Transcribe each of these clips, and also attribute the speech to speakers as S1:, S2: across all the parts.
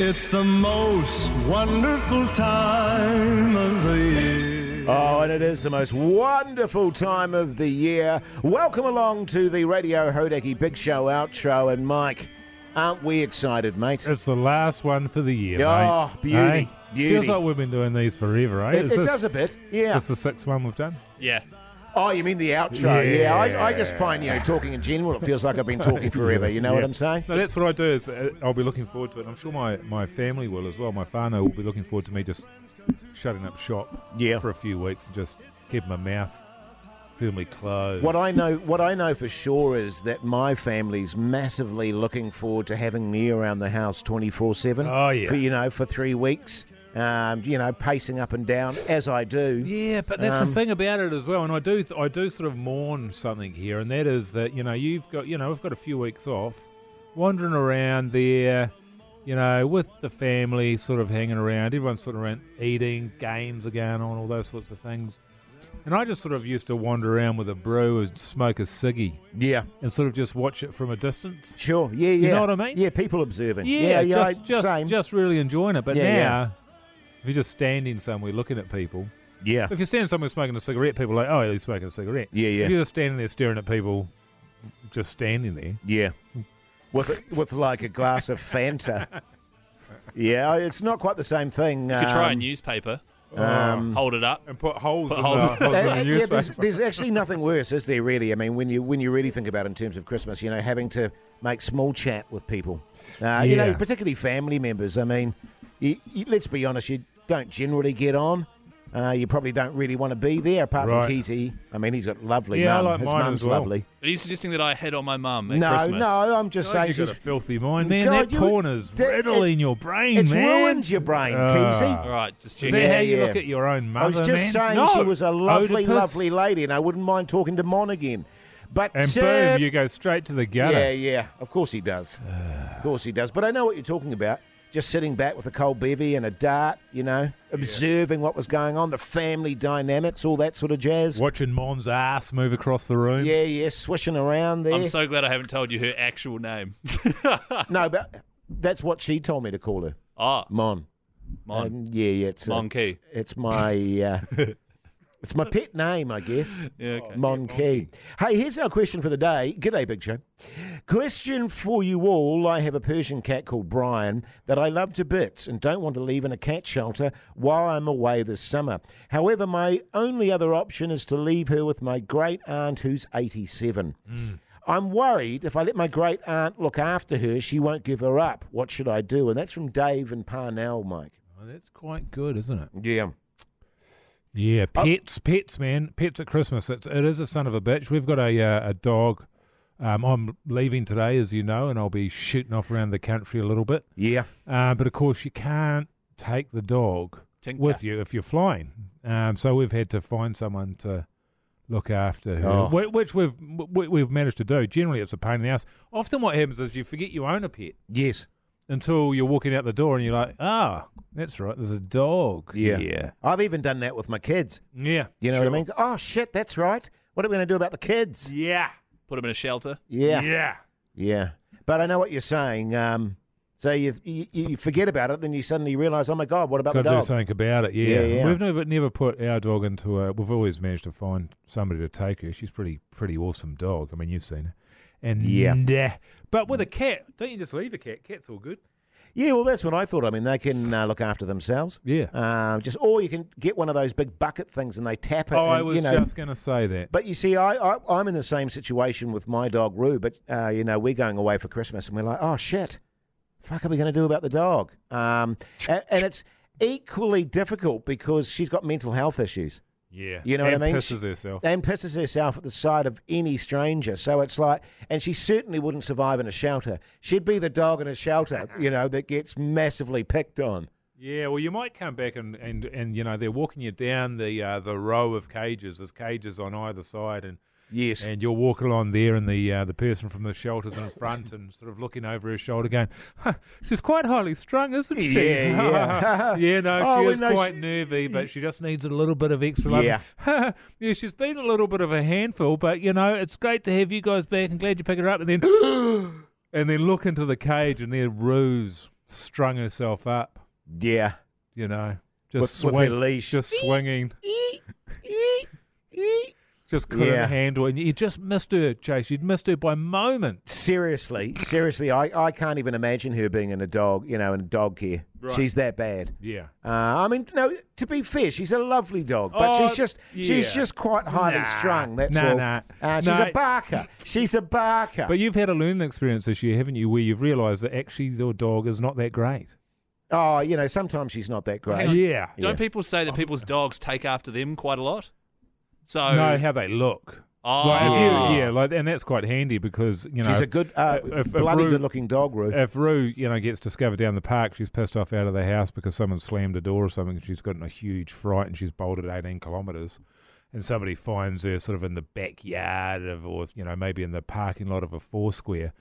S1: It's the most wonderful time of the year.
S2: Oh, and it is the most wonderful time of the year. Welcome along to the Radio Hodaki Big Show outro. And Mike, aren't we excited, mate?
S3: It's the last one for the year.
S2: Oh,
S3: mate.
S2: beauty,
S3: Eh?
S2: beauty.
S3: Feels like we've been doing these forever, eh?
S2: It,
S3: Is
S2: it
S3: this-
S2: does a bit, yeah.
S3: This the sixth one we've done.
S4: Yeah.
S2: Oh, you mean the outro? Yeah, I, I just find you know talking in general, it feels like I've been talking forever. You know what
S3: Yeah.
S2: I'm saying?
S3: No, that's what I do. Is uh, I'll be looking forward to it. I'm sure my, my family will as well. My whānau will be looking forward to me just shutting up shop
S2: Yeah.
S3: for a few weeks, just keeping my mouth firmly closed.
S2: What I know, what I know for sure is that my family's massively looking forward to having me around the house twenty four seven.
S3: Oh, yeah.
S2: for you know for three weeks. Um, you know, pacing up and down as I do.
S3: Yeah, but that's
S2: Um,
S3: the thing about it as well, and I do th- I do sort of mourn something here, and that is that you know you've got you know we've got a few weeks off, wandering around there, you know, with the family, sort of hanging around, everyone's sort of around eating, games are going on, all those sorts of things, and I just sort of used to wander around with a brew and smoke a ciggy
S2: Yeah,
S3: and sort of just watch it from a distance.
S2: sure. Yeah, yeah.
S3: know what I mean?
S2: Yeah, people observing.
S3: Yeah,
S2: yeah.
S3: just just,
S2: same.
S3: just really enjoying it. But
S2: Yeah,
S3: now,
S2: yeah.
S3: if you're just standing somewhere looking at people.
S2: yeah.
S3: If you're standing somewhere smoking a cigarette, people are like, oh, he's smoking a cigarette.
S2: Yeah, yeah.
S3: If you're just standing there staring at people, just standing there.
S2: Yeah. With with like a glass of Fanta. Yeah, it's not quite the same thing.
S4: You could try a
S2: um,
S4: newspaper,
S2: um,
S4: hold it up.
S3: oh, And put holes
S4: Put
S3: in
S4: holes
S3: the,
S4: in-
S3: holes in the
S2: uh, yeah, there's,
S3: newspaper.
S2: there's actually nothing worse, is there? Really, I mean, when you when you really think about it in terms of Christmas, you know, having to make small chat with people, uh, you know,
S3: Yeah.
S2: particularly family members. I mean, you, you, let's be honest, you don't generally get on. Uh, you probably don't really want to be there, apart
S3: Right.
S2: from Keezy. I mean, he's got lovely
S3: Yeah, I
S2: mum.
S3: like
S2: His
S3: mine as
S2: mum's
S3: well.
S2: lovely.
S4: Are you suggesting that I hit on my mum at
S2: No,
S4: Christmas?
S2: no, I'm just saying
S3: You've got
S2: she's
S3: a filthy mind, man.
S2: God,
S3: that
S2: you-
S3: corner's
S2: that- it-
S3: riddling your brain,
S2: It's
S3: man.
S2: ruined your brain,
S3: Ah.
S2: Keezy.
S4: All right, just
S3: Is
S4: checking.
S3: that
S2: Yeah,
S3: how you
S2: yeah.
S3: look at your own mother,
S2: I was just
S3: man?
S2: saying
S3: No.
S2: she was a lovely,
S3: Oedipus.
S2: lovely lady, and I wouldn't mind talking to Mon again. But
S3: And
S2: uh,
S3: boom, you go straight to the gutter.
S2: yeah, yeah, of course he does, of course he does. But I know what you're talking about. Just sitting back with a cold bevy and a dart, you know, observing what was going on, the family dynamics, all that sort of jazz.
S3: Watching Mon's ass move across the room.
S2: Yeah, yeah, swishing around there.
S4: I'm so glad I haven't told you her actual name.
S2: no, but that's what she told me to call her,
S4: Ah,
S2: Mon.
S4: Mon.
S2: Um, yeah, yeah, it's
S4: Uh, Mon
S2: it's,
S4: Key.
S2: it's my uh, it's my pet name, I guess.
S4: yeah, okay.
S2: Monkey. Hey, here's our question for the day. G'day, Big Show. Question for you all. I have a Persian cat called Brian that I love to bits and don't want to leave in a cat shelter while I'm away this summer. However, my only other option is to leave her with my great aunt who's 87.
S4: Hmm.
S2: I'm worried if I let my great aunt look after her, she won't give her up. What should I do? And that's from Dave and Parnell, Mike.
S3: Oh, that's quite good, isn't it?
S2: Yeah.
S3: Yeah,
S2: Uh,
S3: pets, pets, man, pets at Christmas. It's, it is a son of a bitch. We've got a uh, a dog. Um, I'm leaving today, as you know, and I'll be shooting off around the country a little bit.
S2: Yeah.
S3: Uh, but of course, you can't take the dog
S4: Tinker.
S3: with you if you're flying. Um, so we've had to find someone to look after her,
S2: Oh.
S3: whi- which we've we- we've managed to do. Generally, it's a pain in the ass. Often, what happens is you forget you own a pet
S2: Yes.
S3: until you're walking out the door, and you're like, ah, that's right, there's a dog.
S2: Yeah.
S3: yeah,
S2: I've even done that with my kids.
S3: yeah.
S2: You know
S3: sure.
S2: what I mean? Oh shit, that's right. What are we going to do about the kids?
S3: Yeah,
S4: Put him in a shelter.
S2: Yeah, yeah.
S3: yeah.
S2: But I know what you're saying. Um, so you, you you forget about it, then you suddenly realise, oh my god, what about
S3: Got
S2: the
S3: to do
S2: dog?
S3: something about it. Yeah.
S2: Yeah, yeah.
S3: we've never never put our dog into a. We've always managed to find somebody to take her. She's pretty pretty awesome dog. I mean, you've seen her. And
S2: Yeah.
S3: uh, but with a cat, don't you just leave a cat? Cat's all good.
S2: Yeah, well, that's what I thought. I mean, they can uh, look after themselves.
S3: Yeah.
S2: Um, just or you can get one of those big bucket things and they tap it.
S3: oh, I
S2: and,
S3: was
S2: you know,
S3: just going to say that.
S2: But you see, I, I I'm in the same situation with my dog Roo. But uh, you know, we're going away for Christmas, and we're like, oh shit, fuck, are we going to do about the dog? Um, and, and it's equally difficult because she's got mental health issues.
S3: yeah,
S2: You know
S3: and
S2: what I mean?
S3: Pisses herself.
S2: and pisses herself at the sight of any stranger. So it's like, and she certainly wouldn't survive in a shelter. She'd be the dog in a shelter, you know, that gets massively picked on.
S3: Yeah, well, you might come back and, and, and you know they're walking you down the uh, the row of cages. There's cages on either side, and
S2: Yes.
S3: and you'll walk along there, and the uh, the person from the shelter's in front and sort of looking over her shoulder, going, huh, "She's quite highly strung, isn't she?"
S2: Yeah, yeah.
S3: yeah. No,
S2: Oh,
S3: she
S2: we
S3: is
S2: know
S3: quite
S2: she-
S3: nervy, but she just needs a little bit of extra love.
S2: Yeah.
S3: yeah, she's been a little bit of a handful, but you know, it's great to have you guys back, and glad you picked her up. And then, and then look into the cage, and there, Ruse strung herself up,
S2: Yeah.
S3: you know, just
S2: With- with her
S3: swing-
S2: leash.
S3: just swinging, just couldn't
S2: Yeah.
S3: handle it. You just missed her, Chase. You'd missed her by moments.
S2: Seriously, seriously, I, I can't even imagine her being in a dog, you know, in dog care.
S4: Right.
S2: She's that bad.
S3: Yeah.
S2: Uh, I mean, no. To be fair, she's a lovely dog, but
S3: Oh,
S2: she's just
S3: yeah.
S2: she's just quite highly
S3: Nah.
S2: strung. That's
S3: Nah,
S2: all.
S3: nah.
S2: Uh, she's
S3: No.
S2: a barker. She's a barker.
S3: But you've had a learning experience this year, haven't you, where you've realised that actually your dog is not that great.
S2: oh, you know, sometimes she's not that great.
S3: Yeah.
S4: Don't people say that people's dogs take after them quite a lot? So
S3: No, how they look.
S4: Oh.
S3: Like, if you-
S2: Yeah.
S3: yeah, like, and that's quite handy because you know
S2: she's a good, uh,
S3: if- if
S2: bloody
S3: Roo-
S2: good-looking dog, Roo.
S3: if Rue, you know, gets discovered down the park, she's pissed off out of the house because someone slammed a door or something. and She's gotten a huge fright and she's bolted 18 kilometres. And somebody finds her sort of in the backyard of, or, you know, maybe in the parking lot of a Foursquare.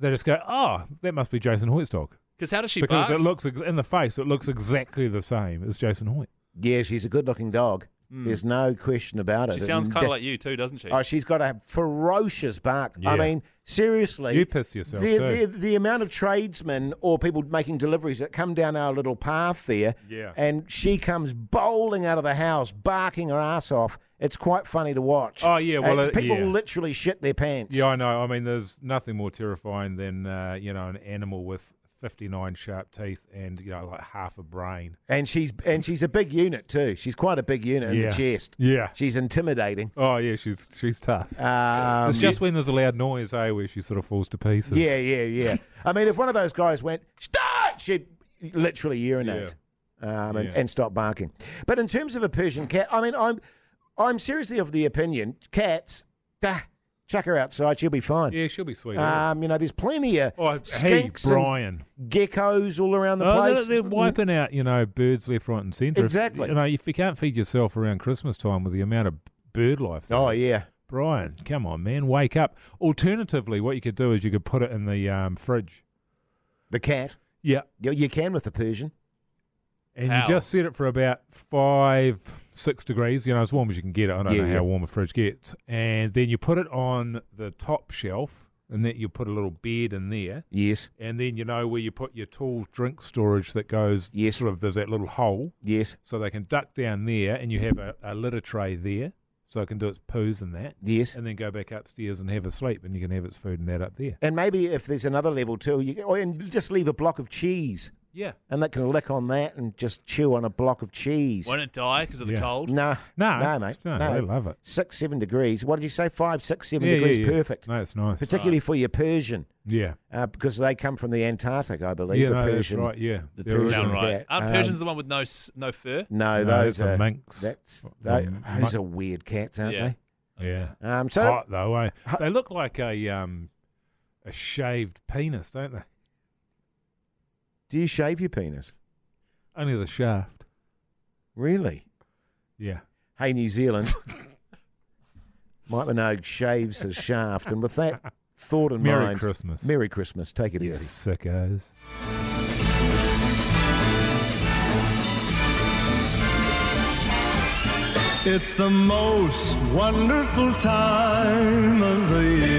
S3: They just go, oh, that must be Jason Hoyt's dog.
S4: Because how does she
S3: Because
S4: bark?
S3: it looks, ex- in the face, it looks exactly the same as Jason Hoyt.
S2: yeah, she's a good-looking dog.
S3: Hmm.
S2: There's no question about it.
S4: she sounds
S2: And-
S4: kind of like you too, doesn't she?
S2: Oh, she's got a ferocious bark. I
S3: Yeah.
S2: mean, seriously.
S3: You piss yourself,
S2: The,
S3: too.
S2: the, the amount of tradesmen or people making deliveries that come down our little path there,
S3: Yeah.
S2: and she comes bowling out of the house, barking her ass off. It's quite funny to watch.
S3: Oh, yeah, well,
S2: And
S3: it-
S2: people
S3: yeah.
S2: literally shit their pants.
S3: Yeah, I know. I mean, there's nothing more terrifying than, uh, you know, an animal with 59 sharp teeth and, you know, like half a brain.
S2: and she's and she's a big unit too. She's quite a big unit in
S3: Yeah.
S2: the chest.
S3: Yeah.
S2: She's intimidating.
S3: Oh, yeah, she's she's tough.
S2: Um,
S3: It's just when there's a loud noise, eh, where she sort of falls to pieces.
S2: yeah, yeah, yeah. I mean, if one of those guys went start, she'd literally urinate. um, and,
S3: Yeah.
S2: and stop barking. But in terms of a Persian cat, I mean, I'm I'm seriously of the opinion cats, dah, chuck her outside, she'll be fine.
S3: Yeah, she'll be sweet.
S2: Um, you know, there's plenty of
S3: oh, hey,
S2: skinks and
S3: Brian.
S2: geckos all around the
S3: Oh, they're,
S2: place.
S3: they're wiping out, you know, birds left, right, and centre. If-
S2: Exactly.
S3: you know, if you can't feed yourself around Christmas time with the amount of bird life. there-
S2: oh yeah,
S3: Brian, come on, man, wake up. Alternatively, what you could do is you could put it in the um, fridge.
S2: the cat.
S3: Yeah.
S2: You, you can with the Persian.
S3: And
S4: How?
S3: you just set it for about five, six degrees, you know, as warm as you can get it. I don't
S2: Yeah,
S3: know
S2: yeah.
S3: how warm a fridge gets. And then you put it on the top shelf, and that you put a little bed in there.
S2: Yes,
S3: And then you know where you put your tall drink storage that goes
S2: Yes.
S3: sort of there's that little hole
S2: yes,
S3: so they can duck down there and you have a, a litter tray there so it can do its poos and that
S2: yes.
S3: and then go back upstairs and have a sleep and you can have its food and that up there.
S2: And maybe if there's another level too, you or, and just leave a block of cheese,
S3: Yeah.
S2: and that can lick on that and just chew on a block of cheese.
S4: Won't it die because of the
S3: Yeah.
S4: cold?
S2: No,
S3: No,
S2: no, mate,
S3: no,
S2: no.
S3: they love it.
S2: six, seven degrees. What did you say? Five, six, seven
S3: Yeah, yeah,
S2: degrees.
S3: yeah.
S2: Perfect.
S3: No, it's nice.
S2: Particularly for your Persian,
S3: Yeah.
S2: uh, because they come from the Antarctic, I believe.
S3: Yeah,
S2: the
S3: no, that's
S2: Persian.
S3: right. Yeah.
S2: the
S3: They're
S2: Persian
S4: Sound
S3: original.
S4: right.
S2: cat.
S4: Aren't
S2: Um,
S4: Persians the one with no s- no fur?
S2: No,
S3: No,
S2: those
S3: that's a
S2: are
S3: minx.
S2: That's
S3: The
S2: tho-
S3: mi-
S2: those are weird cats, aren't
S4: Yeah.
S3: Yeah.
S2: they? Um, so
S3: Hot though, eh? They look like a um a shaved penis, don't they?
S2: do you shave your penis?
S3: Only the shaft.
S2: Really?
S3: Yeah.
S2: Hey, New Zealand. Mike Minogue shaves his shaft, and with that thought in
S3: Merry
S2: mind,
S3: Christmas.
S2: Merry Christmas. Take it
S3: You
S2: easy.
S3: sickos.
S1: It's the most wonderful time of the year.